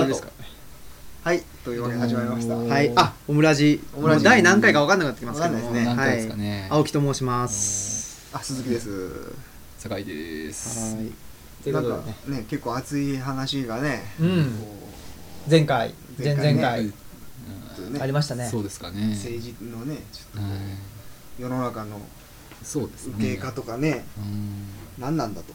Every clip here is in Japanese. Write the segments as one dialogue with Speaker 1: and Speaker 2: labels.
Speaker 1: あれですか
Speaker 2: はい、というわけで始まりました。
Speaker 3: どう
Speaker 2: は
Speaker 3: も
Speaker 2: い、
Speaker 1: はいあオムラジ
Speaker 2: オムラジ
Speaker 1: もう第何回か分かんなくなってきますけども
Speaker 2: 分かんない
Speaker 1: はい
Speaker 2: です
Speaker 3: ね何回ですかね
Speaker 1: 青木と申します
Speaker 2: あ、鈴木です。
Speaker 3: 酒井です。
Speaker 1: はい
Speaker 4: という
Speaker 2: な
Speaker 4: こ
Speaker 2: ん
Speaker 4: と
Speaker 2: か
Speaker 4: でね
Speaker 2: ね、結構熱い話がね、
Speaker 4: う
Speaker 2: こ
Speaker 4: ん前回前々
Speaker 2: 前回ね
Speaker 4: 回
Speaker 2: うちょっと
Speaker 4: あり
Speaker 2: ね、
Speaker 4: ましたね
Speaker 3: そうですかね。
Speaker 2: 政治のね、ちょっとこ
Speaker 3: はいう
Speaker 2: 世の中の
Speaker 3: そうですね。
Speaker 2: 受け化とかね、
Speaker 3: うん
Speaker 2: 何なんだと。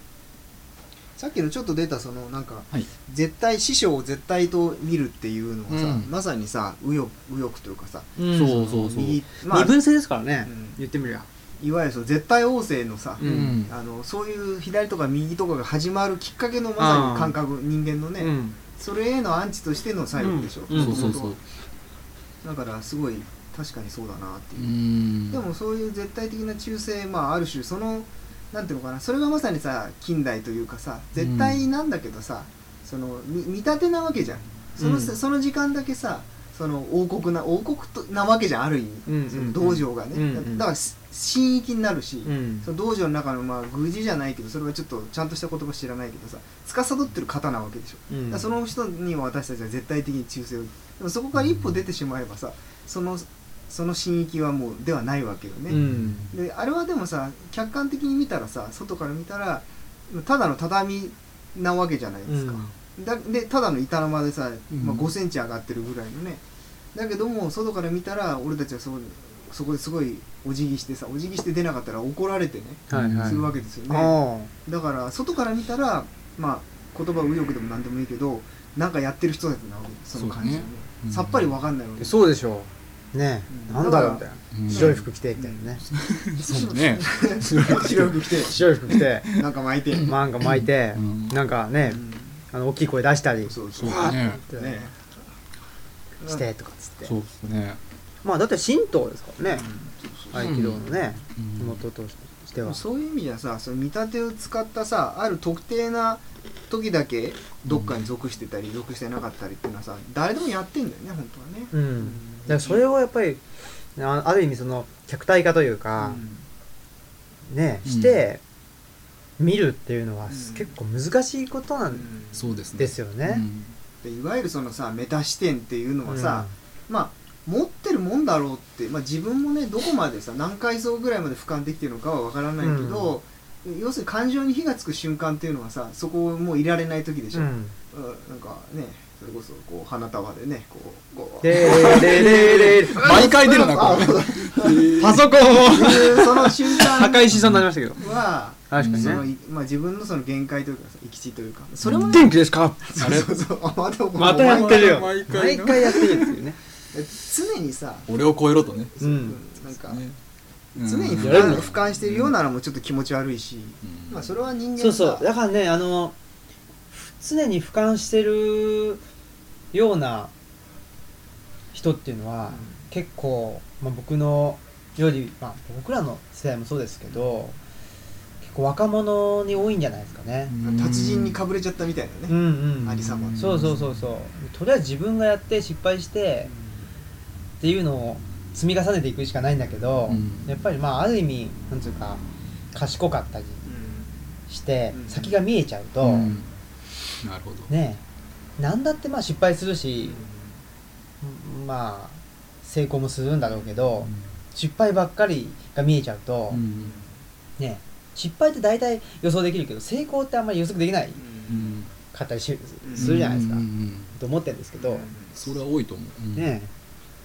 Speaker 2: さっきのちょっと出たそのなんか、
Speaker 3: はい。
Speaker 2: 絶対師匠を絶対と見るっていうのがさ、
Speaker 3: うん
Speaker 2: まさにさ右翼右翼というかさ、
Speaker 4: うん
Speaker 3: そうそうそう。
Speaker 2: 右ま
Speaker 1: 二
Speaker 2: あ、
Speaker 1: 分制ですからね
Speaker 2: うん
Speaker 1: 言ってみりゃ
Speaker 2: いわゆるその絶対王政のさ、
Speaker 1: うん
Speaker 3: うん
Speaker 2: あのそういう左とか右とかが始まるきっかけのまさに感覚人間のね、
Speaker 1: うん
Speaker 2: それへのアンチとしての左翼でしょ、
Speaker 1: うん
Speaker 3: そうそうそう。
Speaker 2: だからすごい確かにそうだなって
Speaker 3: う
Speaker 2: いう、
Speaker 3: ん。
Speaker 2: でもそういう絶対的な忠誠まあある種そのなんていうのかなそれがまさにさ近代というかさ絶対なんだけどさ、そのみ見立てなわけじゃんその,、
Speaker 1: うん
Speaker 2: その時間だけさその王国な王国となわけじゃんある意味、
Speaker 1: うんうんうん
Speaker 2: その道場がね、
Speaker 1: うんうん
Speaker 2: だからし神域になるし、
Speaker 1: うん
Speaker 2: その道場の中のまあ宮司じゃないけどそれはちょっとちゃんとした言葉知らないけどさ司ってる方なわけでしょ
Speaker 1: う
Speaker 2: だ
Speaker 1: ん
Speaker 2: からその人には私たちは絶対的に忠誠をでもそこから一歩出てしまえばさそのその神域はもうではないわけよ
Speaker 1: う
Speaker 2: ね、
Speaker 1: ん
Speaker 2: であれはでもさ客観的に見たらさ外から見たらただの畳なわけじゃないですか、だでただの板の間でさ、まあ、
Speaker 3: うん
Speaker 2: 5センチ上がってるぐらいのね、だけども外から見たら俺たちはそそこですごいお辞儀してさお辞儀して出なかったら怒られてね
Speaker 1: はいはい
Speaker 2: するわけですよね、
Speaker 1: あ
Speaker 2: だから外から見たらまあ言葉右翼でも何でもいいけどなんかやってる人だってなわけその感じ、ね
Speaker 3: そうだねうん
Speaker 2: さっぱりわかんないわけ
Speaker 1: あそうでしょうね
Speaker 2: うん
Speaker 1: なんだろうみたいな
Speaker 3: うん
Speaker 1: 白い服着てみたいなね
Speaker 3: そうね。
Speaker 2: 白く着て
Speaker 1: 白い服着て
Speaker 2: なんか巻いて、
Speaker 1: 漫画巻いて
Speaker 3: うん
Speaker 1: なんかね
Speaker 2: う
Speaker 1: あの大きい声出したり
Speaker 2: ん、
Speaker 1: し
Speaker 2: そうそ
Speaker 3: そううだね。
Speaker 1: て
Speaker 2: ね
Speaker 1: してとかっつって
Speaker 3: そうですね。
Speaker 1: まあだって神道ですからね
Speaker 2: うん
Speaker 1: 合気道のね
Speaker 3: うん
Speaker 1: 元としては
Speaker 2: そういう意味じゃさその見立てを使ったさある特定な時だけどっかに属してたり属してなかったりっていうのはさ誰でもやってんだよね本当はね、
Speaker 1: うんだからそれをやっぱりあある意味その客体化というか、ね
Speaker 3: うん
Speaker 1: して、見るっていうのは
Speaker 2: ん
Speaker 1: 結構難しいことな
Speaker 2: うん
Speaker 1: ん
Speaker 3: そうですね。
Speaker 1: ですよね。
Speaker 2: でいわゆるそのさメタ視点っていうのはさ、
Speaker 1: う
Speaker 2: まあ持ってるもんだろうって、まあ、自分もねどこまでさ何階層ぐらいまで俯瞰できてるのかは分からないけど、要するに感情に火がつく瞬間っていうのはさそこをもういられない時でしょ、うん
Speaker 1: ん
Speaker 2: なんかねそれこそこう花束でねこうこう
Speaker 1: ででででで
Speaker 3: うん毎回出るな、こ
Speaker 2: あそうだ
Speaker 3: れ。
Speaker 1: パソコンを
Speaker 2: いうその瞬
Speaker 1: 破壊
Speaker 2: 間
Speaker 1: しそうになりましたけど
Speaker 2: は
Speaker 1: 確か
Speaker 2: そ
Speaker 1: に
Speaker 2: の
Speaker 1: ね
Speaker 2: いまあ、自分のその限界というかさ行き地というかそれも
Speaker 3: も
Speaker 1: 電気ですか
Speaker 3: あれ
Speaker 2: そうそうあまたお前
Speaker 1: またやってるよ
Speaker 3: 毎
Speaker 1: 毎
Speaker 3: 回
Speaker 1: 回やってるっていうね
Speaker 2: 常にさ、
Speaker 3: 俺を超えろとね。
Speaker 2: そう
Speaker 1: うん
Speaker 2: なんか、
Speaker 3: ね
Speaker 2: 常に俯
Speaker 1: やれる
Speaker 2: 瞰
Speaker 1: の
Speaker 2: 俯瞰してるようならもうちょっと気持ち悪いし、
Speaker 3: うん
Speaker 2: まあ、それは人 間
Speaker 1: そう
Speaker 2: のさ
Speaker 1: そうだからねあの常に俯瞰してるような人っていうのは、結構、まあ、僕のより、まあ、僕らの世代もそうですけど結構若者に多いんじゃないですかね。
Speaker 2: うん達人にかぶれちゃったみたいな
Speaker 1: う
Speaker 2: ね、
Speaker 1: んうん、
Speaker 2: ありさまで
Speaker 1: そうそうそうそうとりあえず自分がやって失敗してっていうのを積み重ねていくしかないんだけど、
Speaker 3: うん
Speaker 1: やっぱりまあある意味なんつうか賢かったりして、
Speaker 2: うん
Speaker 1: 先が見えちゃうと、
Speaker 3: うんなるほど。
Speaker 1: ねえ何だってまあ失敗するし、まあ成功もするんだろうけど、失敗ばっかりが見えちゃうと、
Speaker 3: うん
Speaker 1: ね失敗って大体予想できるけど成功ってあんまり予測できない
Speaker 3: うん
Speaker 1: かったりし
Speaker 2: ん
Speaker 1: するじゃないですか、
Speaker 3: うんうんうん
Speaker 1: と思ってるんですけど、
Speaker 2: うん
Speaker 3: それは多いと思う。うん
Speaker 1: ね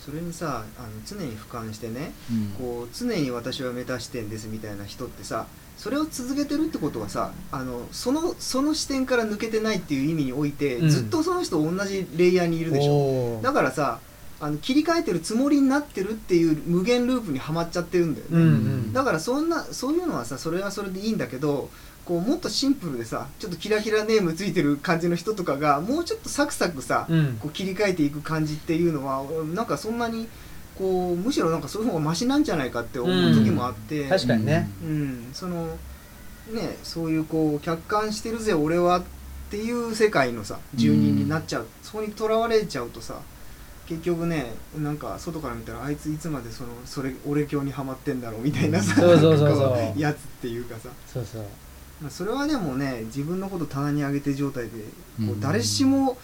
Speaker 2: それにさあの常に俯瞰してね
Speaker 3: うん
Speaker 2: こう常に私は目指してんですみたいな人ってさそれを続けてるってことはさあのそのその視点から抜けてないっていう意味において、
Speaker 1: うん
Speaker 2: ずっとその人同じレイヤーにいるでしょ
Speaker 1: おー
Speaker 2: だからさあの切り替えてるつもりになってるっていう無限ループにはまっちゃってるんだよ
Speaker 1: う
Speaker 2: ね、
Speaker 1: んうん
Speaker 2: だからそんなそういうのはさそれはそれでいいんだけどこうもっとシンプルでさちょっとキラキラネームついてる感じの人とかがもうちょっとサクサクさ、
Speaker 1: うん
Speaker 2: こう切り替えていく感じっていうのは俺なんかそんなにこうむしろなんかそういう方がマシなんじゃないかって思う時もあって、うん、
Speaker 1: 確かにね
Speaker 2: そのねそういうこう客観してるぜ俺はっていう世界のさ住人になっちゃう、そこにとらわれちゃうとさ結局ねなんか外から見たらあいついつまでそのそれ俺教にはまってんだろうみたいなさ
Speaker 1: そうそうそうそう
Speaker 2: なんかこやつっていうかさ、
Speaker 1: そうそう
Speaker 2: まあ、それはでもね自分のこと棚に上げて状態でこ
Speaker 3: う
Speaker 2: うん誰しも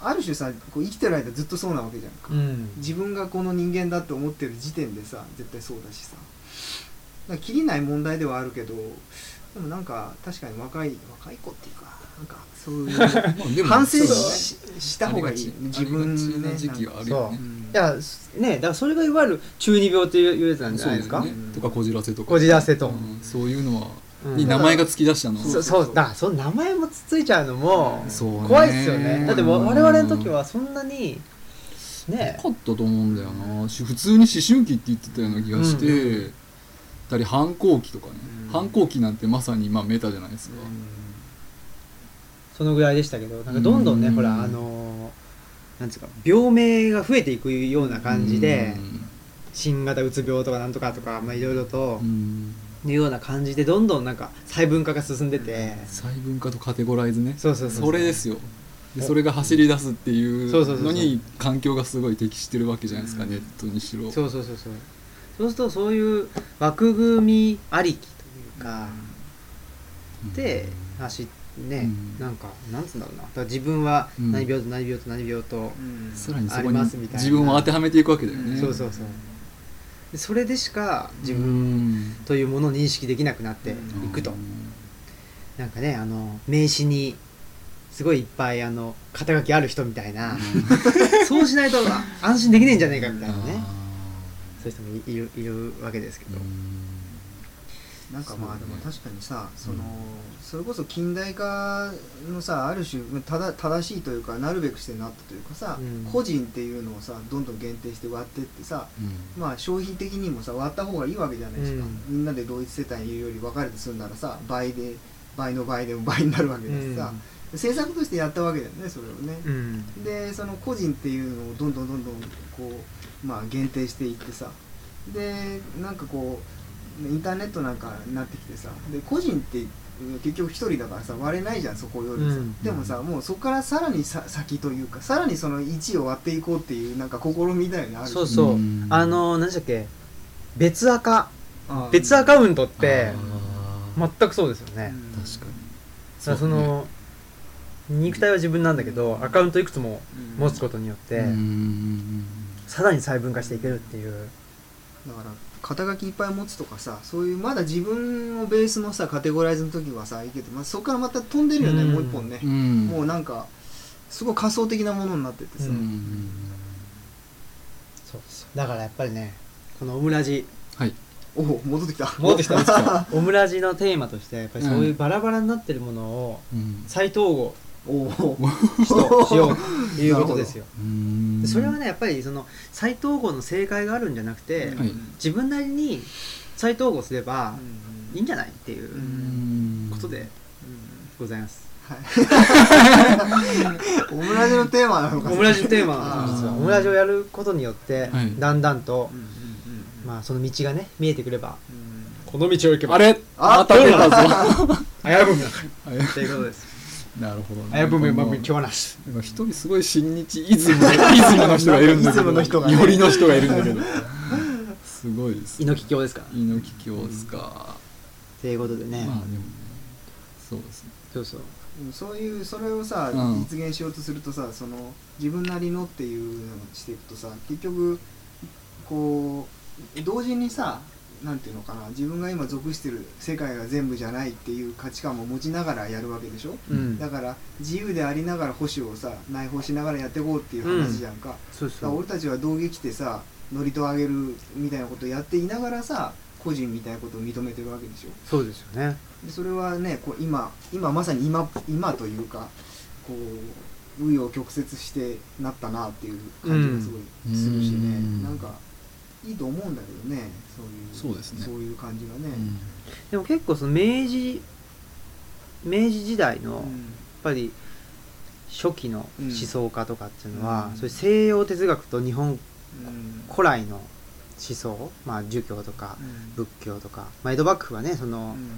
Speaker 2: ある種さこう生きてる間ずっとそうなわけじゃんか、
Speaker 1: うん
Speaker 2: 自分がこの人間だって思ってる時点でさ絶対そうだしさなんか切りない問題ではあるけどでもなんか確かに若い若い子っていうかなんかそういう
Speaker 3: まあ でも
Speaker 2: 反省
Speaker 3: そうだ
Speaker 2: しした方がいい自分
Speaker 3: の
Speaker 2: ね
Speaker 3: 時期はあるよね
Speaker 1: そ
Speaker 2: うん
Speaker 1: いやすねだからそれがいわゆる中二病というやつなんじゃ
Speaker 3: そう
Speaker 1: ない
Speaker 3: で
Speaker 1: です
Speaker 3: す
Speaker 1: か
Speaker 3: ねとかこじらせとか
Speaker 1: こじらせと、
Speaker 3: うんそういうのは
Speaker 1: うん
Speaker 3: に名前が突き出したの
Speaker 1: そそうだその名前もつついちゃうのも
Speaker 3: そうね
Speaker 1: 怖いですよねだって我々の時
Speaker 3: うん
Speaker 1: はそんなにね
Speaker 3: なかったと思うんだよなし普通に思春期って言ってたような気がして、たり反抗期とかね、
Speaker 2: うん
Speaker 3: 反抗期なんてまさにまあメタじゃないですか、
Speaker 1: そのぐらいでしたけどなんかどんどんね
Speaker 3: うん
Speaker 1: ほらあのーなんつうか病名が増えていくような感じで新型うつ病とかなんとかとかまあいろいろと
Speaker 3: うん、うん
Speaker 1: いうような感じでどんどんなんか細分化が進んでて
Speaker 3: 細分化とカテゴライズね
Speaker 1: そうそうそう
Speaker 3: それですよでそれが走り出すっていう
Speaker 1: そうそうそうそ
Speaker 3: の
Speaker 1: う
Speaker 3: に環境がすごい適してるわけじゃないですか、
Speaker 2: うん
Speaker 3: ネットにしろ
Speaker 1: そうそうそうそうそうするとそういう枠組みありきというか、
Speaker 3: うん
Speaker 1: で話ね、
Speaker 3: うん
Speaker 1: なんかなんつうんだろうなだから自分は
Speaker 3: うん
Speaker 1: 何病と何病と何病と、
Speaker 2: うん
Speaker 3: さらにそ
Speaker 1: あり
Speaker 3: こに
Speaker 1: ますみたいな
Speaker 3: 自分を当てはめていくわけだよね
Speaker 1: そうそうそうでそれでしか自
Speaker 3: う
Speaker 1: 分
Speaker 3: ん
Speaker 1: というものを認識できなくなっていくと、なんかねあの名刺にすごいいっぱいあの肩書きある人みたいな、 そうしないとあ安心できねえんじゃねえかみたいなね、そういう人もいいるいるわけですけど、
Speaker 2: なんかまあで
Speaker 3: そう
Speaker 2: も
Speaker 3: ね
Speaker 2: 確かにさその、
Speaker 3: うん
Speaker 2: それこそ近代化のさある種ただ正しいというかなるべくしてなったというかさ、
Speaker 1: うん
Speaker 2: 個人っていうのをさどんどん限定して割ってってさまあ消費的にもさ割った方がいいわけじゃないですか、
Speaker 1: うん
Speaker 2: みんなで同一世帯にいるより分かれて住んだらさ倍で倍の倍でも倍になるわけだしさ、政策としてやったわけだよねそれをね、
Speaker 1: うん
Speaker 2: でその個人っていうのをどんどんどんどんこう、まあ、限定していってさでなんかこうインターネットなんかになってきてさで個人って結局一人だからさ割れないじゃんそこよりさ、
Speaker 1: うん
Speaker 2: でもさもうそこからさらにさ先というかさらにその1を割っていこうっていうなんか試みたいなのある
Speaker 1: そうそう、
Speaker 3: うん
Speaker 1: あの何でしたっけ別アカ
Speaker 2: あー
Speaker 1: 別アカウントって
Speaker 3: まあ
Speaker 1: 全くそうですよね、
Speaker 2: うん
Speaker 3: 確かに
Speaker 1: だからその肉体は自分なんだけどアカウントいくつも
Speaker 2: うん
Speaker 1: 持つことによって、
Speaker 3: うん
Speaker 1: さらに細分化していけるっていう
Speaker 2: だから肩書きいっぱい持つとかさそういうまだ自分をベースのさカテゴライズの時はさいいけど、まあ、そこからまた飛んでるよ
Speaker 1: う
Speaker 2: ね、
Speaker 1: ん
Speaker 2: もう一本ね、
Speaker 3: うん
Speaker 2: もうなんかすごい仮想的なものになっててさ、
Speaker 1: う
Speaker 3: うんん
Speaker 1: そうそうだからやっぱりねこのオムラジ
Speaker 3: はい
Speaker 2: おお戻ってきた
Speaker 1: 戻ってきた
Speaker 2: お
Speaker 1: オムラジのテーマとしてやっぱりそういうバラバラになってるものを
Speaker 3: うん
Speaker 1: 再統 合
Speaker 2: お
Speaker 1: しようということですよ
Speaker 3: うん
Speaker 1: でそれはねやっぱりその再統合の正解があるんじゃなくて、
Speaker 3: はい
Speaker 1: 自分なりに再統合すればいいんじゃないっていううん
Speaker 3: うん
Speaker 1: ことでございます、
Speaker 2: オムラジのテーマなのか
Speaker 1: オムラジテーマな
Speaker 2: あ
Speaker 1: ん
Speaker 2: ー
Speaker 1: ですよ実はオムラジをやることによって、
Speaker 3: はい
Speaker 1: だんだんと
Speaker 2: うん、うんうん
Speaker 1: まあ、その道がね見えてくれば
Speaker 2: うん
Speaker 1: この道を行け
Speaker 3: あれ
Speaker 2: あ
Speaker 3: また出たぞ
Speaker 1: 危ぶ むな
Speaker 3: はい
Speaker 1: ということです
Speaker 3: なるほどね
Speaker 1: 危ぶむまぶむ今日なし
Speaker 3: なんか一人すごい親日イズムのイズムの人がいるんだけど
Speaker 2: イズムの人がね
Speaker 3: よりの人がいるんだけどすごいです
Speaker 1: 猪木教ですから
Speaker 3: 猪木京ですか、
Speaker 1: ということでね、
Speaker 3: まあでもねそうですね
Speaker 1: そうそう
Speaker 2: うんそういうそれをさ、
Speaker 3: うん
Speaker 2: 実現しようとするとさその自分なりのっていうのをしていくとさ結局こう同時にさなんていうのかな自分が今属してる世界が全部じゃないっていう価値観も持ちながらやるわけでしょ、
Speaker 1: うん
Speaker 2: だから自由でありながら保守をさ内包しながらやっていこうっていう話じゃんか、
Speaker 1: そう
Speaker 2: だから俺たちは道着着てさノリと上げるみたいなことやっていながらさ個人みたいなことを認めてるわけでしょ
Speaker 1: そうですよね
Speaker 2: でそれはねこう今今まさに今今というかこう紆余曲折してなったなっていう感じがすご
Speaker 3: うん
Speaker 2: いするしね、
Speaker 3: うん
Speaker 2: なんかいいと思うんだけどねそういう
Speaker 3: そうですね
Speaker 2: いう感じがね、
Speaker 1: でも結構その明治明治時代のやっぱり初期の思想家とかっていうのは、
Speaker 2: うん
Speaker 1: そういう西洋哲学と日本
Speaker 2: うん
Speaker 1: 古来の思想、まあ、儒教とか仏教とか、まあ、江戸幕府はねその、
Speaker 2: うん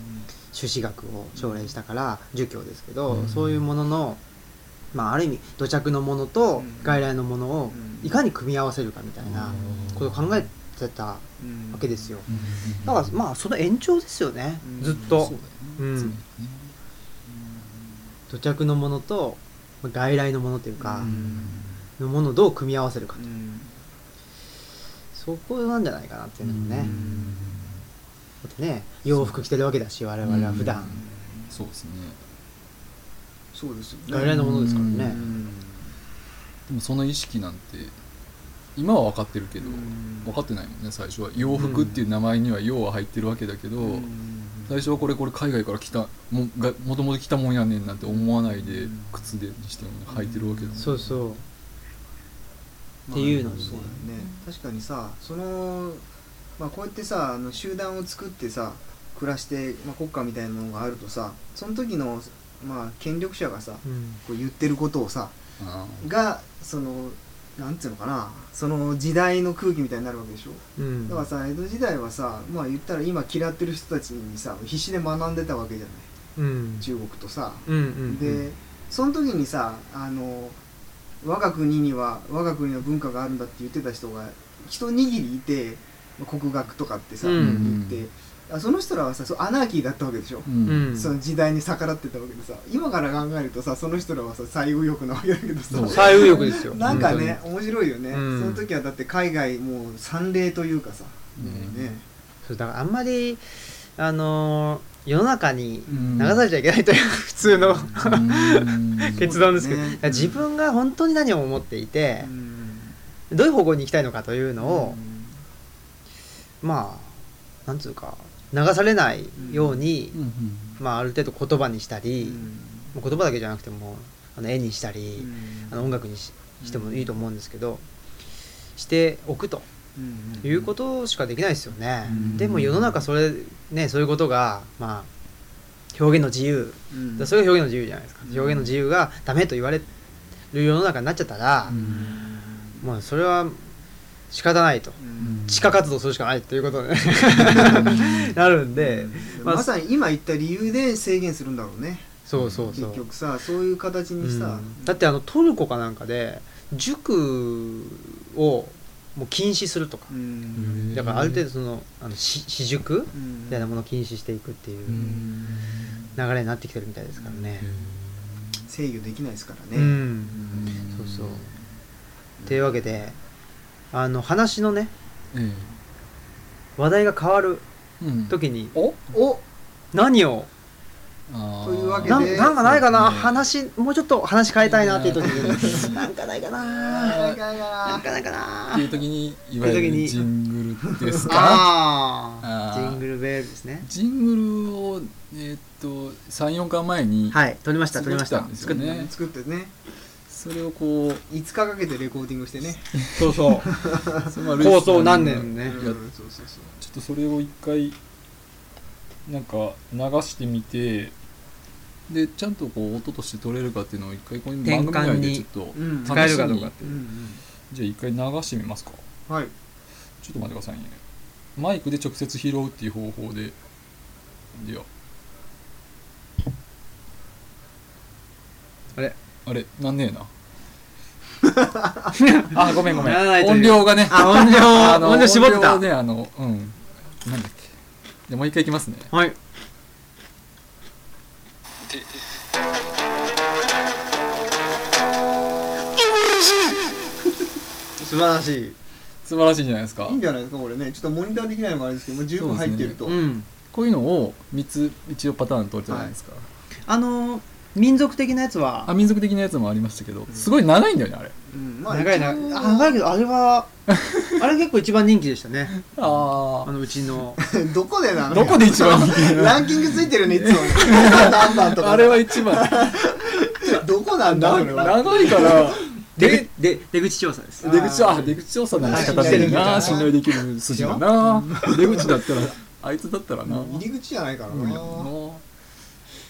Speaker 1: 朱子学を奨励したから儒教ですけど、
Speaker 3: うん
Speaker 1: そういうものの、まあ、ある意味土着のものと
Speaker 2: うん
Speaker 1: 外来のものを
Speaker 2: うん
Speaker 1: いかに組み合わせるかみたいなことを考えてたわ
Speaker 2: うん
Speaker 1: けですよ
Speaker 3: うん
Speaker 1: だからまあその延長ですよね、
Speaker 2: うん
Speaker 1: ずっ
Speaker 3: そ
Speaker 1: と
Speaker 3: うだよね
Speaker 1: うん
Speaker 3: そうだよね
Speaker 1: 土着のものとまあ外来のものというか、
Speaker 2: うん
Speaker 1: のものをどう組み合わせるかと、
Speaker 2: うん
Speaker 1: そこなんじゃないかなっていうのもね、
Speaker 3: うん
Speaker 1: だってね洋服着てるわけだし我々は普段、
Speaker 3: そうですね
Speaker 2: そうですよね
Speaker 1: 外来のものですからね、
Speaker 2: うん
Speaker 3: でもその意識なんて今は分かってるけど、
Speaker 2: うん
Speaker 3: 分かってないもんね最初は洋服っていう名前には洋は入ってるわけだけど、
Speaker 2: うん
Speaker 3: 最初はこれこれ海外から来たもがもともと来たもんやねんなんて思わないで
Speaker 2: うん
Speaker 3: 靴でにしてもね履いてるわけだもんね
Speaker 1: そうそうっ
Speaker 2: まあ
Speaker 1: ていうのにね
Speaker 2: そうだよね確かにさその、まあ、こうやってさあの集団を作ってさ暮らして、まあ、国家みたいなものがあるとさその時の、まあ、権力者がさ
Speaker 1: うん
Speaker 2: こう言ってることをさ
Speaker 3: あ
Speaker 2: がそのなんつうのかなその時代の空気みたいになるわけでしょ
Speaker 1: うん
Speaker 2: だからさ江戸時代はさまあ言ったら今嫌ってる人たちにさ必死で学んでたわけじゃない
Speaker 1: うん
Speaker 2: 中国とさ
Speaker 1: うんうん
Speaker 2: でその時にさあの我が国には我が国の文化があるんだって言ってた人が一握りいてまあ国学とかってさ、
Speaker 1: うん
Speaker 2: 言ってあその人らはさそうアナーキーだったわけでしょ
Speaker 3: ーう、
Speaker 1: うんん
Speaker 2: その時代に逆らってたわけでさ今から考えるとさその人らはさ最右翼なわけだけど
Speaker 3: そう
Speaker 2: さ
Speaker 1: 最右翼ですよ
Speaker 2: なんかね面白いよね、
Speaker 1: うん
Speaker 2: その時はだって海外もう三例というかさ、
Speaker 3: うん
Speaker 2: ね
Speaker 1: そうだからあんまりあのー世の中に
Speaker 3: うん
Speaker 1: 流されちゃいけないという普通の
Speaker 3: うん
Speaker 1: 結論ですけど、
Speaker 2: そうだね
Speaker 1: 自分が本当に何を思っていて
Speaker 2: う、ん
Speaker 1: どういう方向に行きたいのかというのを、まあなんつうか流されないように、
Speaker 3: うん
Speaker 1: まあ、ある程度言葉にした
Speaker 2: うん
Speaker 1: り、もう言葉だけじゃなくてもあの絵にしたり、あの音楽にししてもいいと思うんですけど、しておくと
Speaker 2: うん
Speaker 1: いうことしかできないですよね、
Speaker 3: うん
Speaker 1: でも世の中それねそういうことがまあ表現の自由、
Speaker 2: うん
Speaker 1: それが表現の自由じゃないですか、
Speaker 2: うん
Speaker 1: 表現の自由がダメと言われる世の中になっちゃったら
Speaker 3: う、ん
Speaker 1: もうそれは仕方ないと
Speaker 2: うん
Speaker 1: 地下活動するしかないということ でなるんで、まあ
Speaker 2: まさに今言った理由で制限するんだろうね
Speaker 1: そうそうそう
Speaker 2: 結局さそういう形にさ、
Speaker 1: うんだってあのトルコかなんかで塾をもう禁止するとか
Speaker 2: う、ん
Speaker 1: だからある程度そのあのし私塾
Speaker 2: うん
Speaker 1: みたいなものを禁止していくっていううん流れになってきてるみたいですからね。
Speaker 2: 制御できないですからね、
Speaker 1: うん、そうそう。というわけであの話のね
Speaker 3: え
Speaker 1: 話題が変わる
Speaker 3: えうん
Speaker 1: 時に
Speaker 2: おお
Speaker 1: 何を
Speaker 3: あー
Speaker 2: というわけで
Speaker 1: なんなんかないかな、
Speaker 3: ね
Speaker 1: 話もうちょっと話変えたいなっていう時
Speaker 3: う
Speaker 1: に
Speaker 3: ん
Speaker 1: なんかないか
Speaker 2: あ
Speaker 1: な
Speaker 2: ー
Speaker 1: なんかないかな
Speaker 3: っていう時にいわゆるジングルですか
Speaker 1: あ
Speaker 3: あ
Speaker 1: あ
Speaker 3: ー
Speaker 1: ジングルベールですね
Speaker 3: ジングルをえーっと34巻前に
Speaker 1: はい撮りました撮りました
Speaker 3: 作ったんですよね
Speaker 2: 作ってね
Speaker 3: それをこう
Speaker 2: 5日かけてレコーディングしてね
Speaker 1: そうそう構想何年ね
Speaker 2: う
Speaker 3: や
Speaker 2: ん
Speaker 3: ち
Speaker 2: そ
Speaker 3: ょ
Speaker 2: うそうそう
Speaker 3: っとそれを一回なんか流してみてでちゃんとこう音として取れるかっていうのを一回こういう番組内でちょっと
Speaker 2: うん
Speaker 1: 使えるかどうかって
Speaker 2: う、ん
Speaker 3: じゃあ一回流してみますか
Speaker 2: うんはい
Speaker 3: ちょっと待ってくださいねマイクで直接拾うっていう方法ででは
Speaker 1: あれ
Speaker 3: あれなんね えなあごめんごめん
Speaker 1: ならないという
Speaker 3: 音量がね
Speaker 1: あ音量
Speaker 3: あの
Speaker 1: 音量絞ってた
Speaker 3: 音量ねあのうんなんだっけでもう一回いきますね
Speaker 1: はい素晴らしい
Speaker 3: 素晴らしいんじゃないですか
Speaker 2: いいんじゃないですかこれねちょっとモニターできないのがあれですけどもう十分入ってると、
Speaker 1: うん
Speaker 3: こういうのを3つ一応パターン取るじゃないですか、
Speaker 1: あのー民族的なやつは
Speaker 3: あ民族的なやつもありましたけどすごい長いんだよねあれ
Speaker 2: うんまあ
Speaker 1: 長いなあ
Speaker 2: 一応
Speaker 1: 長いけどあれはあれ結構一番人気でしたね
Speaker 3: あ
Speaker 1: あのうちの
Speaker 2: どこでなの
Speaker 3: どこで一番人気なの
Speaker 2: ランキングついてるねいつも何番とか
Speaker 3: あれは一番
Speaker 2: どこなんだ
Speaker 3: な
Speaker 2: これは
Speaker 3: 長いから
Speaker 1: 出口で出口調査です
Speaker 2: あ
Speaker 3: 出口
Speaker 2: ー
Speaker 3: あ出口調査なら仕方ねえな信
Speaker 2: 信
Speaker 3: 頼
Speaker 2: 頼
Speaker 3: できる筋だな出口だったらあいつだったらな
Speaker 2: 入り口じゃないからな
Speaker 3: 無理だもんな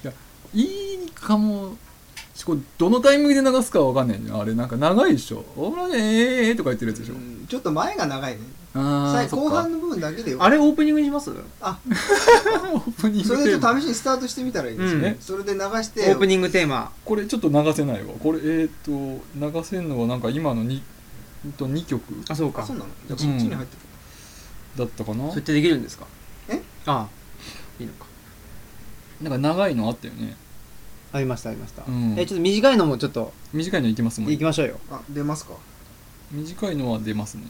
Speaker 3: いやいいかもしこれどのタイミングで流すかわかんないじゃんあれなんか長いでしょ「おらねえ」とか言ってるやつでしょ、
Speaker 2: うんちょっと前が長いね
Speaker 3: あ
Speaker 2: 最
Speaker 3: あ
Speaker 2: 後半の部分だけでよ
Speaker 1: あれオープニングにします
Speaker 2: あ
Speaker 3: オープニン
Speaker 2: そ
Speaker 3: グ
Speaker 2: れ
Speaker 3: テ
Speaker 2: で
Speaker 3: ー
Speaker 2: ちょっと
Speaker 3: マ
Speaker 2: 試しにスタートしてみたらいいですよ
Speaker 1: う
Speaker 2: ね
Speaker 1: ん
Speaker 2: それで流し
Speaker 1: オ
Speaker 2: て
Speaker 1: ープニングテーマ
Speaker 3: これちょっと流せないわこれえーっ、と流せんのはなんか今の 2, と2曲
Speaker 1: あそうか
Speaker 2: あそうなのじゃあこっち
Speaker 3: うん
Speaker 2: に入ってる
Speaker 3: だったかな
Speaker 1: そうやってできるんですか
Speaker 2: え
Speaker 1: ああいいのか
Speaker 3: なんか長いのあったよね
Speaker 1: ありましたありました、
Speaker 3: うん
Speaker 1: えちょっと短いのもちょっと
Speaker 3: 短いのいきますもん
Speaker 1: いきましょうよ
Speaker 2: あ出ますか
Speaker 3: 短いのは出ますね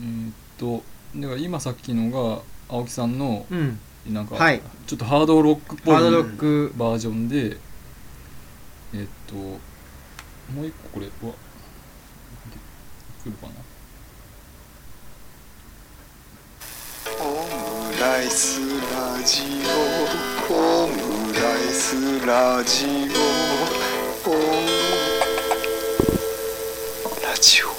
Speaker 3: えーっとだから今さっきのが青木さんの
Speaker 1: うん
Speaker 3: なんか、
Speaker 2: はい
Speaker 3: ちょっとハードロックっぽい
Speaker 1: ハード
Speaker 3: バ
Speaker 1: ロック
Speaker 3: ージョンでえーっともう一個これうわ来るかな
Speaker 5: オムライスラジオオムライスラジオオムラジオ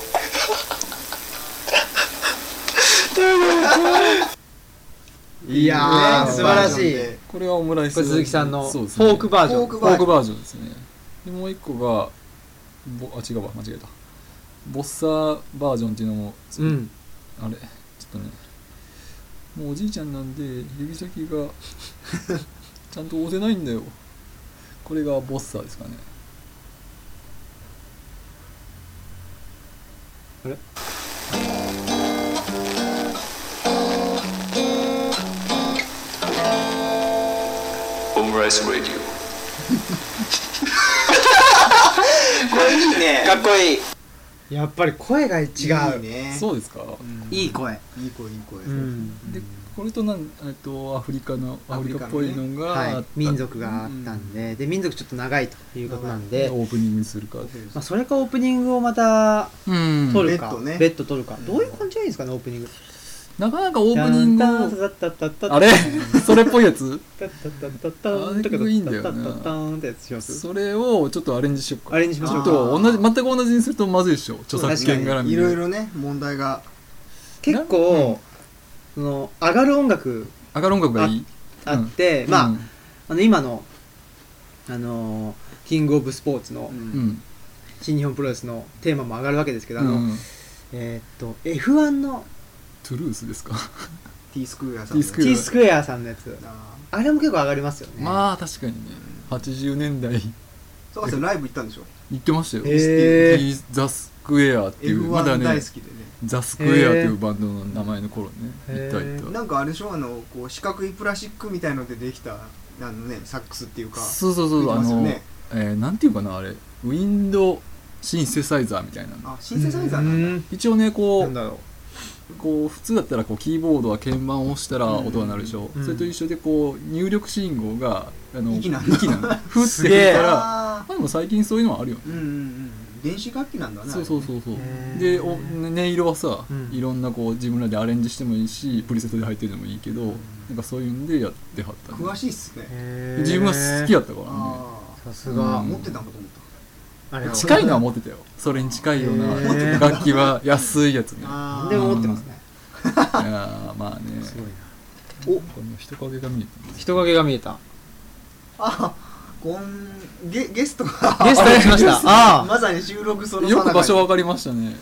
Speaker 1: いやー
Speaker 2: ね
Speaker 1: 素晴らしい
Speaker 2: バージョンで
Speaker 3: これはオムライス
Speaker 1: これ鈴木さんのフ
Speaker 3: そ
Speaker 1: ォ
Speaker 3: うですね
Speaker 1: ークバージョン、
Speaker 2: フォー
Speaker 3: フォークバージョンですねでもう一個がぼあ違うわ間違えたボッサーバージョンっていうのも、
Speaker 1: うん
Speaker 3: あれちょっとねもうおじいちゃんなんで指先 がちゃんと押せないんだよこれがボッサーですかね
Speaker 5: オムライスラジオ
Speaker 1: かっこいいやっぱり声が違う
Speaker 2: いいね
Speaker 3: そうですか
Speaker 1: いい声
Speaker 2: いい声いい声、
Speaker 1: うん
Speaker 3: でこれとなんえっとアフリカのアフリカっぽいのが、
Speaker 1: は
Speaker 3: あっ
Speaker 1: い
Speaker 3: た、
Speaker 1: 民族があったんで,、で民族ちょっと長いということなんで、
Speaker 3: オープニングにするか
Speaker 1: まあ、それかオープニングをまた
Speaker 3: うん
Speaker 1: 取るか、
Speaker 2: ベッドね
Speaker 1: ベッド取るか、
Speaker 2: ん
Speaker 1: どういう感じがいいんですかねオープニング
Speaker 3: なかなかオープニングを
Speaker 1: タンタンタンタンタン
Speaker 3: あれ それっぽい やつ
Speaker 1: タンタンタンタンタン
Speaker 3: あれ曲いいんだよな
Speaker 1: タンタンタンタンタンってやつします
Speaker 3: それをちょっとアレンジしようか
Speaker 1: あれにしまし
Speaker 3: ち
Speaker 1: ょう
Speaker 3: ょっ
Speaker 1: か
Speaker 3: と同じ全く同じにするとまずいでしょ著作
Speaker 2: 確か
Speaker 3: 権
Speaker 2: に
Speaker 3: 絡み
Speaker 2: いろいろね問題が
Speaker 1: 結構その上がる音楽
Speaker 3: 赤音楽がいい
Speaker 1: あって、まあ、
Speaker 3: うん
Speaker 1: あの今のあのーキングオブスポーツの
Speaker 3: う
Speaker 2: うん
Speaker 3: ん
Speaker 1: 新日本プロレスのテーマも上がるわけですけど、あ
Speaker 3: う
Speaker 1: の
Speaker 3: ん
Speaker 1: えーっと F1 の
Speaker 3: トゥルースですか
Speaker 2: T スクールさんの
Speaker 3: T スクー
Speaker 1: T スクエアさんのやつ
Speaker 2: あー
Speaker 1: あれも結構上がりますよね、
Speaker 3: まあ確かにね80年代
Speaker 2: そうですねライブ行ったんでしょ
Speaker 3: 言ってましたよ、
Speaker 1: へー
Speaker 3: T ザ・スクエアっていうまだ
Speaker 2: F1 大
Speaker 3: ね
Speaker 2: 好きでね
Speaker 3: ザ・スクエアっていうバンドの名前の頃ね
Speaker 1: へ
Speaker 3: 行
Speaker 1: ー
Speaker 3: った行っ
Speaker 2: なんかあれでしょあのこう四角いプラスチックみたいのでできたあのねサックスっていうか
Speaker 3: たそうそうそう
Speaker 2: 吹いて
Speaker 3: あ
Speaker 2: ますよ
Speaker 3: の、
Speaker 2: ね
Speaker 3: えーなんていうかなあれウィンドシンセサイザーみたいな
Speaker 2: あシンセサイザー
Speaker 1: う
Speaker 2: なんだ
Speaker 1: ん
Speaker 3: 一応ねこ
Speaker 1: な
Speaker 3: うん
Speaker 1: だろ
Speaker 3: こう普通だったらこうキーボードは鍵盤を押したら音が鳴るでしょ、
Speaker 1: うん
Speaker 3: それと一緒でこう入力信号があの
Speaker 2: 息なんだ
Speaker 3: 息なのふって
Speaker 1: すげ
Speaker 3: 吹い
Speaker 1: え
Speaker 3: たらま
Speaker 2: あ
Speaker 3: あでも最近そういうのはあるよね
Speaker 2: ーうんうんうん電子楽器なんだね
Speaker 3: そうそうそうそう
Speaker 1: へー
Speaker 3: でお音色はさ、
Speaker 1: うん
Speaker 3: いろんなこう自分らでアレンジしてもいいしプリセットで入ってるのもいいけど、なんかそういうんでやってはった
Speaker 2: あ
Speaker 3: ね、
Speaker 2: れ詳しいっすね
Speaker 1: う
Speaker 3: 自分は好き
Speaker 1: や
Speaker 3: やったからね
Speaker 2: あ
Speaker 1: さす
Speaker 3: う
Speaker 2: あ
Speaker 1: が
Speaker 3: ん
Speaker 2: 持ってたんかと思っ
Speaker 1: あれは
Speaker 3: 近いのは持ってたよそれに近いよう
Speaker 1: へ
Speaker 3: な
Speaker 1: ー
Speaker 3: 楽器は安いやつね
Speaker 2: た
Speaker 3: あ
Speaker 2: あ
Speaker 1: 何
Speaker 2: ー
Speaker 1: でも持ってますね
Speaker 3: あまあね
Speaker 1: すごいな
Speaker 3: おこの人影が見えてます
Speaker 1: 人影が見えた
Speaker 2: あこんゲゲストが
Speaker 1: ゲストが来ましたあー
Speaker 2: まさに収録その
Speaker 3: よく場所
Speaker 2: は
Speaker 3: 分かりましたね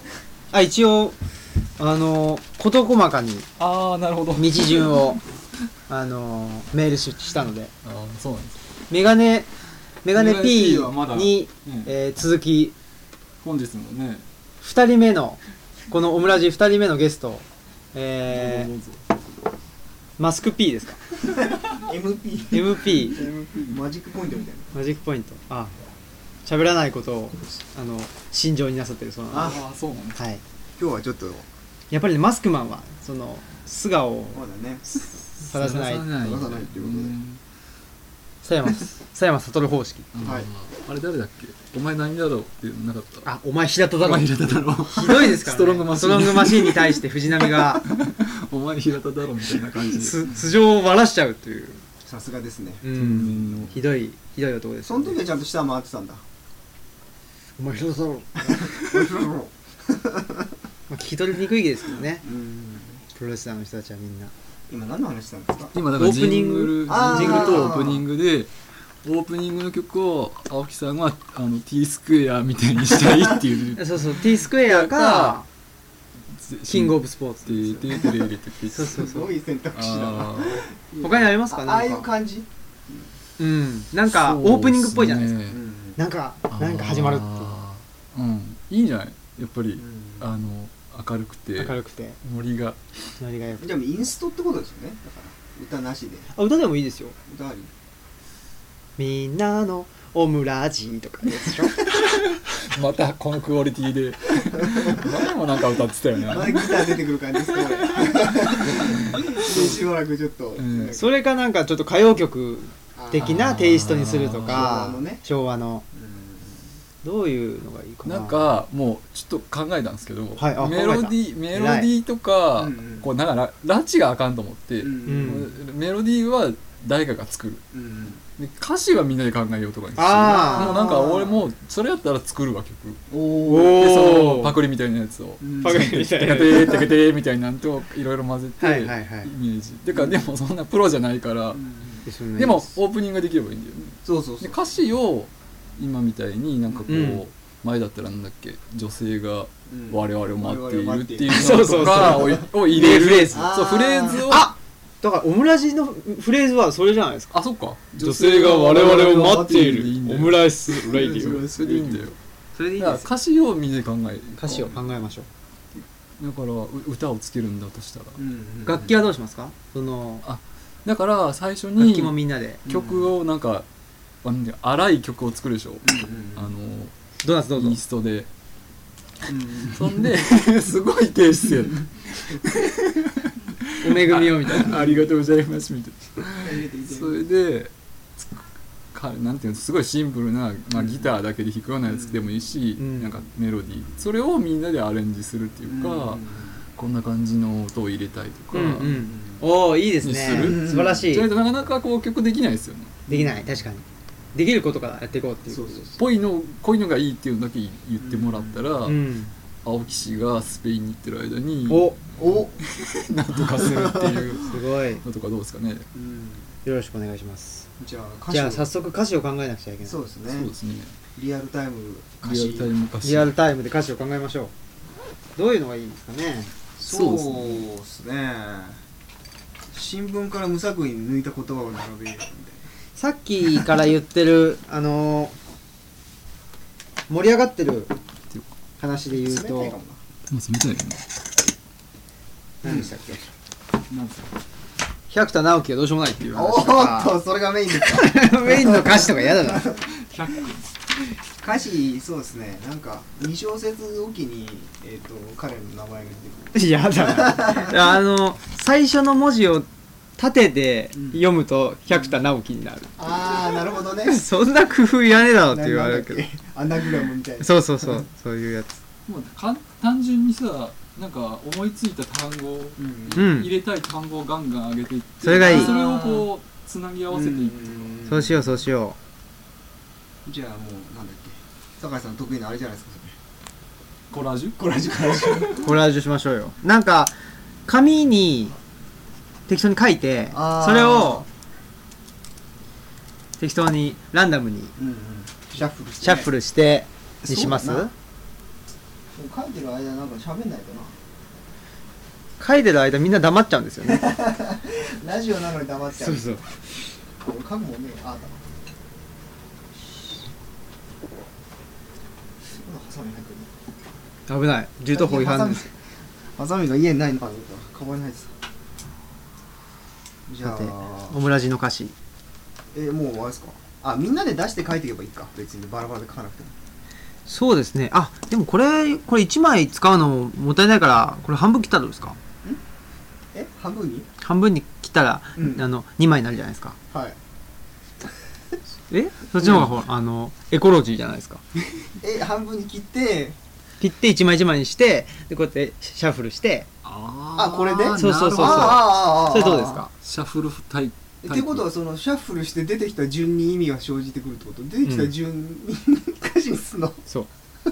Speaker 1: あ一応あの事細かに
Speaker 3: ああなるほど
Speaker 1: 道順 をあのメールししたので
Speaker 3: あーそうなんです
Speaker 1: メガネメガネ
Speaker 3: メガネ
Speaker 1: P
Speaker 3: P はまだ
Speaker 1: に、
Speaker 3: うん
Speaker 1: えー続き
Speaker 3: 本日のね
Speaker 1: 2人目のこのオムラジ2人目のゲスト、え
Speaker 3: ど
Speaker 1: ー
Speaker 3: うぞ
Speaker 1: マスク P ですか
Speaker 2: MP
Speaker 1: MP
Speaker 2: マジックポイントみたいな
Speaker 1: マジックポイントあ喋らないことをあの心情になさってるそうな
Speaker 3: あ
Speaker 1: ので、
Speaker 3: あそうなんです
Speaker 1: はい、
Speaker 2: 今日はちょっとま
Speaker 1: やっぱりねマスクマンはその素顔を
Speaker 2: だね
Speaker 1: さらさない
Speaker 2: さらさないっていうことで
Speaker 3: ん
Speaker 1: 佐山佐山悟方式
Speaker 2: はい
Speaker 3: あれ誰だっけお前何だろうっていうのなかった
Speaker 1: あお前平田だ
Speaker 3: お
Speaker 1: ろ
Speaker 3: 前
Speaker 1: ひ
Speaker 3: 平田だろ
Speaker 1: どいですから、ね、
Speaker 3: ストロングマシーン
Speaker 1: ストロングマシーンに対して藤波 が
Speaker 3: お前平田だろみたいな感じで
Speaker 1: 素素性をばらしちゃうという、
Speaker 2: さすがですね
Speaker 1: う
Speaker 3: 天
Speaker 1: ん、
Speaker 3: 然の
Speaker 1: ひどいひどい男です
Speaker 2: そ
Speaker 1: よ
Speaker 2: の
Speaker 1: ね、
Speaker 2: 時はちゃんと下回ってたんだ
Speaker 1: お前平田だろまあ、聞き取りにくいですけどね
Speaker 2: うん
Speaker 1: プロレスラーの人たちはみんな
Speaker 2: 今何の話したんですか
Speaker 3: 今だからジング
Speaker 1: オ
Speaker 3: ルジ
Speaker 2: ー
Speaker 3: ン
Speaker 2: プニング
Speaker 3: グル
Speaker 2: あ
Speaker 3: と
Speaker 2: ー
Speaker 3: オープニングでオープニングの曲を青木さんはあの T スクエアみたいにしたいっていう
Speaker 1: そうそう T スクエアかキングオ
Speaker 3: ブ
Speaker 1: ブスポーツ
Speaker 3: ててててれれてて
Speaker 1: そうそう
Speaker 2: す
Speaker 1: そう
Speaker 2: ごい選択肢だな
Speaker 3: あ
Speaker 1: 他にありますか
Speaker 2: あ
Speaker 1: なん
Speaker 2: あ
Speaker 1: か
Speaker 2: あいう感じ
Speaker 1: うんな
Speaker 3: ー
Speaker 1: んかオープニングっぽいじゃないですか
Speaker 3: そうすね
Speaker 1: なんかなんか始まるって
Speaker 3: あーうんいいんじゃないやっぱり
Speaker 2: うん
Speaker 3: あの明るくて
Speaker 1: いう明るくて
Speaker 3: ノリが
Speaker 1: ノリがよくて
Speaker 2: じゃあインストってことですよねだから歌なしで
Speaker 1: あ歌でもいいですよ
Speaker 2: 歌あり
Speaker 1: みんなのオムラジとかいうやつでしょ
Speaker 3: またこのクオリティで 前もなんか歌ってたよね
Speaker 2: まだギター出てくる感じで すかこれしばらくちょっと、
Speaker 3: ん
Speaker 2: なんか
Speaker 1: それかなんかちょっと歌謡曲的なテイストにすると
Speaker 2: あー
Speaker 1: か
Speaker 2: 昭和のね
Speaker 1: 昭和のどういうのがいいかな
Speaker 3: なんかもうちょっと考えたんですけど、
Speaker 1: はいあ
Speaker 3: メロデ
Speaker 1: 考
Speaker 3: ィーメロディーとか、
Speaker 2: うんうん
Speaker 3: こうなんから拉致があかんと思って、
Speaker 2: うん
Speaker 1: うん
Speaker 3: メロディーは誰かが作る
Speaker 2: うんうん
Speaker 3: で歌詞はみんなで考えようとかにして
Speaker 1: あー
Speaker 3: もうなんか俺もうそれやったら作るわ曲
Speaker 2: お
Speaker 1: お
Speaker 2: ー
Speaker 3: でその
Speaker 1: ー
Speaker 3: パクリみたいなやつを
Speaker 2: うん
Speaker 1: パクリみた
Speaker 3: テ
Speaker 1: い
Speaker 3: カ
Speaker 1: な
Speaker 3: テテカテみたいなんといろいろ混ぜてイ
Speaker 1: は
Speaker 3: メ
Speaker 1: いはいはい
Speaker 3: ージてかでもそんなプロじゃないから
Speaker 2: うん
Speaker 1: ですよね
Speaker 3: でもオープニングができればいいんだよね
Speaker 2: そうそうそ
Speaker 3: で
Speaker 2: う
Speaker 3: 歌詞を今みたいになんかこう、
Speaker 1: うん
Speaker 3: 前だったらなんだっけ女性
Speaker 2: う
Speaker 3: が
Speaker 2: ん
Speaker 3: 我々を待っているっていう
Speaker 1: そう
Speaker 3: の
Speaker 1: そ
Speaker 3: と
Speaker 1: うそう
Speaker 3: かをを入れる
Speaker 1: フレーズ
Speaker 3: そうフレーズを
Speaker 1: あだからオムラジのフレーズはそれじゃないですか
Speaker 3: あそっか
Speaker 1: ライス
Speaker 2: レイディオ
Speaker 3: それでいいんだよ
Speaker 1: それでい
Speaker 3: だ
Speaker 1: い
Speaker 3: から
Speaker 1: です
Speaker 3: 歌詞をみんなで考える
Speaker 1: 歌詞を考えましょ
Speaker 3: だからう歌をつけるんだとしたら
Speaker 2: うんうん
Speaker 1: う楽器はどうしますかその
Speaker 3: だから最初
Speaker 1: 楽器も
Speaker 3: に
Speaker 1: みんなで
Speaker 3: 曲をなんか、あなんだよ荒い曲を作るでしょ、
Speaker 2: うん
Speaker 3: あの
Speaker 1: ドーナツどうぞ
Speaker 3: インス トで
Speaker 2: うん
Speaker 3: そんですごい低姿勢
Speaker 1: お恵みをみたいな
Speaker 3: ありがとうございますみたい
Speaker 2: 入れてい
Speaker 3: な
Speaker 2: て
Speaker 3: それでつかなんていうのすごいシンプルな、まあ、ギターだけで弾くようなやつでもいいし、
Speaker 1: うん
Speaker 3: なんかメロディーそれをみんなでアレンジするっていうか、こんな感じの音を入れたいとか、
Speaker 1: うんうんおおいいですね
Speaker 3: にす
Speaker 2: る
Speaker 1: 素晴らしい
Speaker 3: じゃないとなかなかこう曲できないですよね
Speaker 1: できない確かにできることからやっていこうっていう
Speaker 2: そうそうそ
Speaker 3: ぽいのこういうのがいいっていうのだけ言ってもらったら、
Speaker 1: うん
Speaker 3: 青木氏がスペインに行ってる間に
Speaker 1: お
Speaker 2: うお
Speaker 3: なんとかするっていう
Speaker 1: すごい
Speaker 3: のとかどうですかね
Speaker 2: うん
Speaker 1: よろしくお願いします
Speaker 2: じゃあ歌詞
Speaker 1: じゃあ
Speaker 2: を
Speaker 1: 早速歌詞を考えなくちゃいけない
Speaker 2: そうですね
Speaker 3: そうですね
Speaker 2: リアルタイム歌
Speaker 3: リア
Speaker 2: 詞
Speaker 3: ルタイム歌詞
Speaker 1: リアルタイムで歌詞を考えましょうどういうのがいいんですかね
Speaker 2: そうですね新聞から無作為に抜いた言葉を並べるみたい
Speaker 1: さっきから言ってるあの盛り上がってる話で言う
Speaker 2: な冷たいか
Speaker 1: と
Speaker 2: もな
Speaker 3: まあ冷たいよね
Speaker 1: 何でしたっけ
Speaker 3: なんすか
Speaker 1: 百田直樹がどうしようもないっていう
Speaker 2: お
Speaker 1: 話と
Speaker 2: ーっ
Speaker 1: か
Speaker 2: とそれがメインですか
Speaker 1: メインの歌詞とか嫌だな
Speaker 2: 歌詞そうですねなんか2小節おきに、えっと彼の名前が出て
Speaker 1: 嫌だ なあの最初の文字を縦で読むと百田直樹になる、
Speaker 2: くるああなるほ どね
Speaker 1: そんな工夫いらねえだろって言われるけど
Speaker 2: なんだっけアナグラムみたいな
Speaker 1: そうそうそうそういうやつ
Speaker 3: もうかん単純にさなんか思いついた単語を
Speaker 2: うんうん
Speaker 1: うん
Speaker 3: 入れたい単語をガンガン上げていって
Speaker 1: それがいい
Speaker 3: それをこうつなぎ合わせていく、
Speaker 2: うん
Speaker 1: そうしようそうしよ
Speaker 2: じゃあもうなんだっけ酒井さん得意なあれじゃないですかそれ
Speaker 3: コラージュ
Speaker 2: コラージュコラージュ
Speaker 1: うコラージュしましょうよなんか紙に適当に書いて
Speaker 2: あー
Speaker 1: それを適当にランダムに
Speaker 2: うんうんシャッフルして
Speaker 1: シャッフルしてにしま
Speaker 2: そ
Speaker 1: す
Speaker 2: うだなもう書いてる間なんか喋んないか
Speaker 1: 書いてる間みんな黙っちゃうんですよね
Speaker 2: なラジオなのに黙っちゃう
Speaker 1: そう
Speaker 2: 俺書くもんねああだハサミ
Speaker 1: 危
Speaker 2: なくね
Speaker 1: ない銃刀法違反です
Speaker 2: ハサミが家にないのかと思ったカバンに入ってたじゃ
Speaker 1: さて
Speaker 2: あ
Speaker 1: オムラジの歌詞
Speaker 2: えもうあれですかあみんなで出して書いていけばいいか別にバラバラで書かなくても
Speaker 1: そうですねあでもこれこれ1枚使うのももったいないからこれ半分切ったらどうですか
Speaker 2: え半分に
Speaker 1: 半分に切ったら、
Speaker 2: うん
Speaker 1: あの2枚になるじゃないですか
Speaker 2: はい
Speaker 1: えそっちの方がほら、あのエコロジーじゃないですか
Speaker 2: え半分に切って
Speaker 1: 切って1枚1枚にしてでこうやってシャッフルして
Speaker 3: あ
Speaker 2: あこれで
Speaker 3: なるほ
Speaker 1: そう
Speaker 3: ど
Speaker 1: そうそうそう
Speaker 2: ああああああ
Speaker 1: それどうですか
Speaker 3: シャッフルタイ
Speaker 2: えってことはそのシャッフルして出てきた順に意味が生じてくるってこと出てきた順に歌詞にすんの
Speaker 1: そう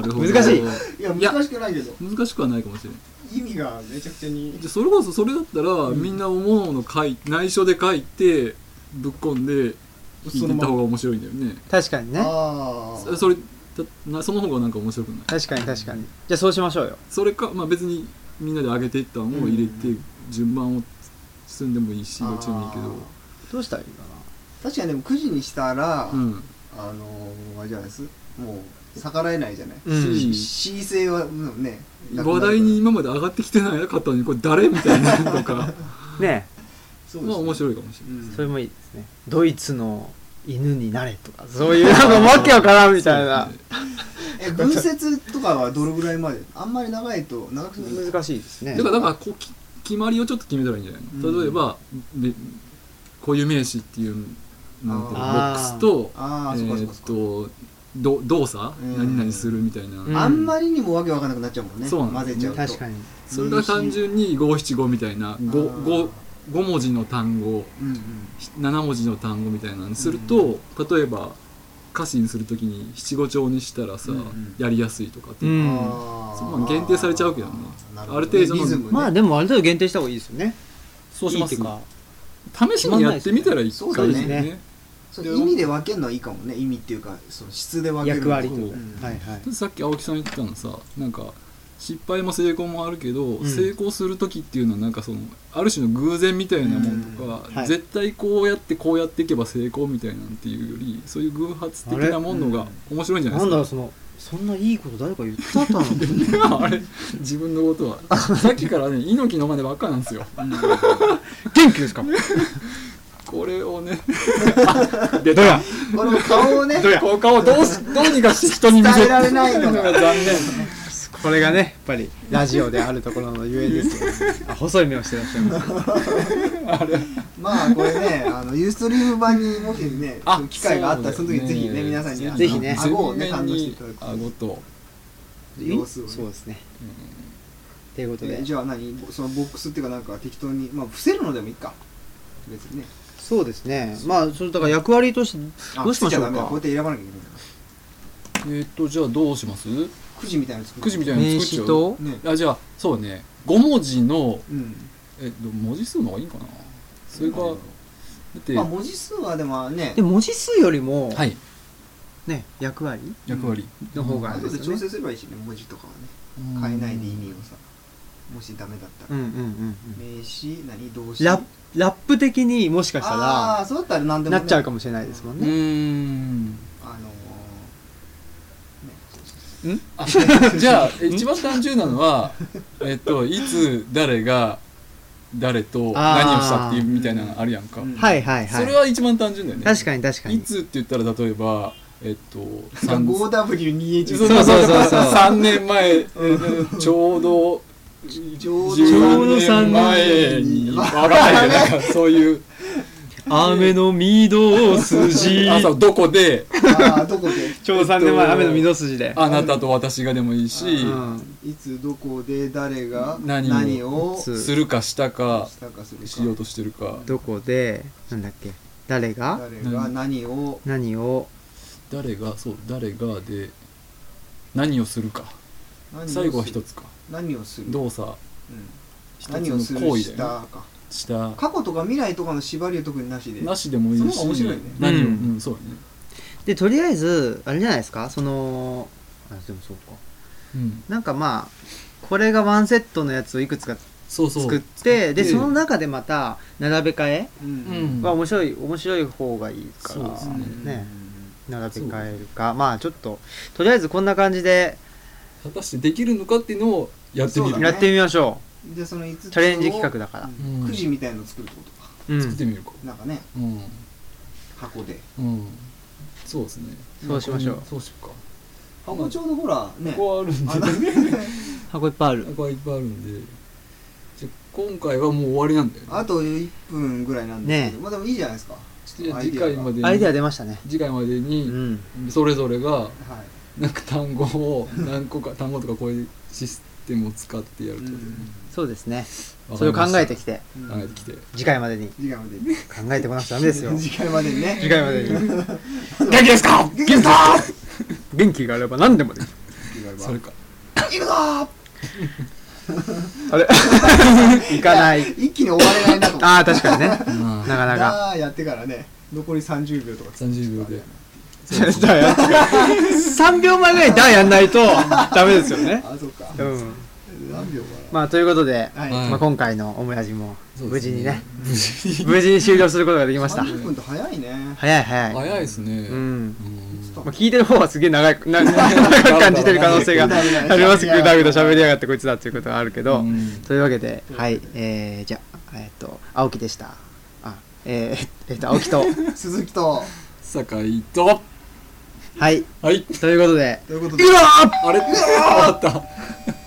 Speaker 3: なるほど
Speaker 1: 難しい
Speaker 2: いや
Speaker 3: いや
Speaker 2: 難しくないけど
Speaker 3: 難しくはないかもしれない
Speaker 2: 意味がめちゃくちゃに
Speaker 3: じゃあそれこそそれだったら、みんなおのおの書い内緒で書いてぶっこんで聞いてった方が面白いんだよね
Speaker 1: 確かにね
Speaker 2: あ
Speaker 3: そ
Speaker 2: あ
Speaker 3: それだなその方がなんか面白くない
Speaker 1: 確かに確かにじゃあそうしましょうよ
Speaker 3: それか、まあ、別にみんなで上げていったのを入れて、順番を進んでもいいしどっちでもいいけど
Speaker 1: どうしたらいいか
Speaker 2: 確かにでも9時にしたら、
Speaker 3: うん
Speaker 2: あのー、あれじゃないですもう逆らえないじゃない、
Speaker 1: な、うん、
Speaker 3: いい
Speaker 2: C 性はもうねなくなる
Speaker 3: 話題に今まで上がってきてないかったのにこれ誰みたいなのとか
Speaker 1: ね
Speaker 2: そうですね
Speaker 3: まあ面白いかもしれない、
Speaker 2: うん
Speaker 1: それもいいですねドイツの犬になれとかそう いうなんかわけわからんみたいな、
Speaker 2: え文節とかはどれぐらいまであんまり長いと長くなる
Speaker 1: 難しいですね
Speaker 3: だからだからこうき決まりをちょっと決めたらいいんじゃないの、
Speaker 2: うん
Speaker 3: 例えばで固有名詞っていうなんていうのボック
Speaker 1: あ
Speaker 3: ス
Speaker 1: ー
Speaker 3: と
Speaker 2: ああ
Speaker 3: え
Speaker 2: そうかそう
Speaker 3: ー
Speaker 2: か
Speaker 3: っ
Speaker 2: そうか
Speaker 3: とど動作、
Speaker 2: うん
Speaker 3: 何々するみたいな、
Speaker 1: うん
Speaker 2: あんまりにもわけわかんなくなっちゃうもんね
Speaker 3: そう
Speaker 2: 混
Speaker 3: なん
Speaker 2: ぜ
Speaker 3: で
Speaker 2: ち
Speaker 3: す
Speaker 2: ゃう
Speaker 3: ね
Speaker 2: と
Speaker 1: 確かに
Speaker 3: それが単純に五七五みたいな
Speaker 2: あ
Speaker 3: 5
Speaker 2: ー
Speaker 3: 五五文字の単語
Speaker 2: うん
Speaker 3: 7文字の単語みたいなのにすると、例えば歌詞にするときに七五調にしたらさ、
Speaker 2: うんうん
Speaker 3: やりやすいとかって
Speaker 1: う
Speaker 3: いう、
Speaker 2: うん
Speaker 1: ん
Speaker 2: あー
Speaker 3: そんなん限定されちゃうけどね
Speaker 2: な
Speaker 3: ある程度の
Speaker 2: リズムね
Speaker 1: まあでもある程度限定した方がいいですよね
Speaker 3: そうし
Speaker 1: いい
Speaker 3: ま
Speaker 1: って
Speaker 3: す
Speaker 1: いうか
Speaker 3: 試しにやってみたら一
Speaker 2: そうだね
Speaker 3: 回ねね
Speaker 2: そう意味で分けるのはいいかもね意味っていうかその質で分ける
Speaker 1: 役割と
Speaker 3: そ
Speaker 1: いう
Speaker 3: う
Speaker 1: か
Speaker 2: ん
Speaker 1: はいはい
Speaker 3: さっき青木さん言ってたのさなんか失敗も成功もあるけど、
Speaker 1: ん
Speaker 3: 成功する時っていうのはなんかそのある種の偶然みたいなもんとか、
Speaker 1: うんはい
Speaker 3: 絶対こうやってこうやっていけば成功みたいなんていうよりそういう偶発的なものが面白いんじゃない
Speaker 1: な
Speaker 3: で
Speaker 1: ん
Speaker 3: す
Speaker 1: だ
Speaker 3: か
Speaker 1: ろうそのそんないいこと誰か言ってたの
Speaker 3: あれ自分のこと はさっきからね猪木の真似ばっかなんですよ
Speaker 1: 元気ですか
Speaker 3: これをね
Speaker 1: でどうや
Speaker 2: この顔をね
Speaker 3: 効果をどう しどうにかして人に見せ
Speaker 2: 伝えられないのが
Speaker 3: 残念
Speaker 1: これがねやっぱりラジオであるところのゆえですよあ細い目をしてらっしゃいます
Speaker 2: まあこれ ねあのユーストリーム版にもしね
Speaker 3: あ
Speaker 2: その機会があったらその時にぜひね皆さんにあの
Speaker 1: ぜひね
Speaker 2: 顎をね堪
Speaker 3: 感
Speaker 2: 能
Speaker 3: 動
Speaker 2: していただく
Speaker 3: 顎と
Speaker 2: 様子をね
Speaker 1: そうですねということ
Speaker 2: え
Speaker 1: で
Speaker 2: じゃあ何そのボックスっていうかなんか適当にまあ伏せるのでもいいか別にね
Speaker 1: そうですねまあそれだから役割として
Speaker 2: あ
Speaker 1: どうしましょうか
Speaker 2: 伏せちゃダメだこうやって選ばなきゃいけないから
Speaker 3: えーっとじゃあどうします
Speaker 2: くじみたいなの作る
Speaker 3: くじみたいな
Speaker 1: 名
Speaker 3: の作っちゃ
Speaker 1: 詞
Speaker 3: う
Speaker 1: と
Speaker 2: ね
Speaker 3: あじゃあそうね5文字の
Speaker 2: うん
Speaker 3: え文字数の方がいいんかなそれかだって、
Speaker 2: まあ文字数はでもね
Speaker 1: で文字数よりも、
Speaker 3: はい
Speaker 1: ね役割
Speaker 3: 役割
Speaker 1: の方が
Speaker 2: あ
Speaker 1: いい
Speaker 2: と
Speaker 1: です
Speaker 2: で
Speaker 1: よ
Speaker 2: 調
Speaker 1: ね
Speaker 2: 整すればいいしね文字とかはね
Speaker 3: うん
Speaker 2: 変えないで意味をさもしダメだった
Speaker 1: うんう
Speaker 2: ら
Speaker 1: んうんうん
Speaker 2: 名詞何動詞
Speaker 1: ララップ的にもしかした
Speaker 2: ああ
Speaker 1: ら
Speaker 2: ーそうだったら何でも
Speaker 1: なっちゃうか
Speaker 2: も
Speaker 1: もしれないですもん
Speaker 3: う
Speaker 1: ね
Speaker 3: ん
Speaker 2: あの
Speaker 3: じゃあ一番単純なのはえっといつ誰が誰と何をしたっていうみたいなのあるやんか、
Speaker 2: ーうん
Speaker 1: はいはいは
Speaker 3: そ
Speaker 1: い
Speaker 3: れは一番単純だよね
Speaker 1: 確かに確か
Speaker 3: い
Speaker 1: に
Speaker 3: つって言ったら例えばえっと
Speaker 2: なん
Speaker 3: 三
Speaker 2: か 5W2H
Speaker 3: そう
Speaker 1: そうそうそうそう
Speaker 3: 3年前えーちょうど
Speaker 2: ちょうど
Speaker 3: 10年前に分かんないけど なんかそういう
Speaker 1: 雨の緑筋
Speaker 3: あ そうどこで
Speaker 2: ああどこで
Speaker 1: ちょうど3年前、雨の緑筋で
Speaker 3: あなたと私がでもいいし
Speaker 1: うん
Speaker 2: いつどこで誰が
Speaker 3: 何を
Speaker 2: 何を
Speaker 1: つ
Speaker 3: するかしたか
Speaker 2: したかするか
Speaker 3: しようとしてるか
Speaker 1: どこでなんだっけ誰が
Speaker 2: 誰が何を
Speaker 1: 何を
Speaker 3: 誰がそう誰がで何をするか
Speaker 2: 何をする
Speaker 3: 最後は一つか
Speaker 2: 何をする
Speaker 3: 動作
Speaker 2: うん
Speaker 3: 一
Speaker 2: 何を
Speaker 3: つ
Speaker 2: す
Speaker 3: の
Speaker 2: る
Speaker 3: 行為
Speaker 2: し
Speaker 3: だよ
Speaker 2: た
Speaker 3: ね
Speaker 2: か
Speaker 3: した
Speaker 2: 過去とか未来とかの縛りは特になしで
Speaker 3: なしでもいい
Speaker 2: その方が面
Speaker 3: し
Speaker 2: 白いね
Speaker 3: 何を
Speaker 1: う
Speaker 3: うんんそうだね
Speaker 1: でとりあえずあれじゃないですかそのあでもそうか
Speaker 3: うん
Speaker 1: なんかまあこれがワンセットのやつをいくつか
Speaker 3: そうそう
Speaker 1: 作ってでその中でまた並べ替え
Speaker 2: うん
Speaker 3: うん
Speaker 1: は面白い面白い方がいいか
Speaker 3: そうです
Speaker 1: ら
Speaker 3: ね
Speaker 1: ね並べ替えるかまあちょっととりあえずこんな感じで
Speaker 3: 果たしてできるのかっていうのをやって
Speaker 2: そ
Speaker 3: みる
Speaker 2: うだね
Speaker 1: やってみましょ
Speaker 2: でその5つを
Speaker 1: チャレンジ企画だから
Speaker 2: うんくじみたいの作るってことか
Speaker 1: う、うん
Speaker 3: 作ってみるか
Speaker 2: なんかね
Speaker 3: うん
Speaker 2: 箱で
Speaker 3: うんそうですね
Speaker 1: そうしましょう
Speaker 3: そうしようか
Speaker 2: 箱ちょうどほらね
Speaker 3: ここあるんで
Speaker 2: あの
Speaker 1: 箱いっぱいある
Speaker 3: ここはいっぱいあるんでじゃあ今回はもう終わりなんだよ ね
Speaker 2: あと1分ぐらいなんですけど
Speaker 1: ね
Speaker 2: まあでもいいじゃないですか
Speaker 3: じゃあ次回ま
Speaker 2: で
Speaker 3: で
Speaker 1: アイデア
Speaker 3: に
Speaker 1: 出ましたね
Speaker 3: 次回まで
Speaker 1: う
Speaker 3: に
Speaker 1: ん
Speaker 3: それぞれが
Speaker 2: はい
Speaker 3: なんか単語を何個か単語とかこういうシステムを使ってやると
Speaker 1: そうですねそ
Speaker 3: わか
Speaker 1: れ
Speaker 3: り
Speaker 1: を考
Speaker 3: ました
Speaker 1: えてきて
Speaker 2: うん
Speaker 3: 考えてきて
Speaker 1: 次回までに
Speaker 2: 次回まで
Speaker 1: 考えてこなくちゃダメですよ
Speaker 2: 次回までにね
Speaker 1: 次回ま でに
Speaker 3: 元気ですか元気ですか
Speaker 1: 元気があれば何でもできる
Speaker 2: 次回は
Speaker 3: それか
Speaker 2: 行くぞー
Speaker 1: あ れ行かない
Speaker 2: 一気に終われないなと思って
Speaker 1: ああ確かにね
Speaker 3: な
Speaker 1: なかなか
Speaker 2: あーやってからね残り30秒とか
Speaker 3: 30秒で
Speaker 1: 3秒前ぐらいにダやん ないとダメですよね
Speaker 2: あそうか
Speaker 1: うん
Speaker 2: 何秒か
Speaker 1: まあということで、
Speaker 2: なはい、
Speaker 3: はい
Speaker 1: まあ、今回のオムラジも
Speaker 3: そう
Speaker 1: 無
Speaker 3: です
Speaker 1: 事にね
Speaker 3: 無事に
Speaker 1: 無事に終了することができました
Speaker 2: 30分って早いね
Speaker 1: 早い早い
Speaker 3: 早いですね
Speaker 1: うん
Speaker 3: うん
Speaker 1: まあ、聞いてる方はすげえ長い な長く感じてる可能性が
Speaker 2: ダメだね
Speaker 1: ありますけどだけど喋りやがってこいつだっていうことがあるけど、
Speaker 3: うん
Speaker 1: というわけではいえー、じゃあえーっと青木でしたあえー、えーっと青木と
Speaker 2: 鈴木と
Speaker 3: 酒井と
Speaker 1: はい
Speaker 3: はい
Speaker 1: ということで
Speaker 2: ということ
Speaker 3: う
Speaker 2: で
Speaker 3: わーあれうわーあった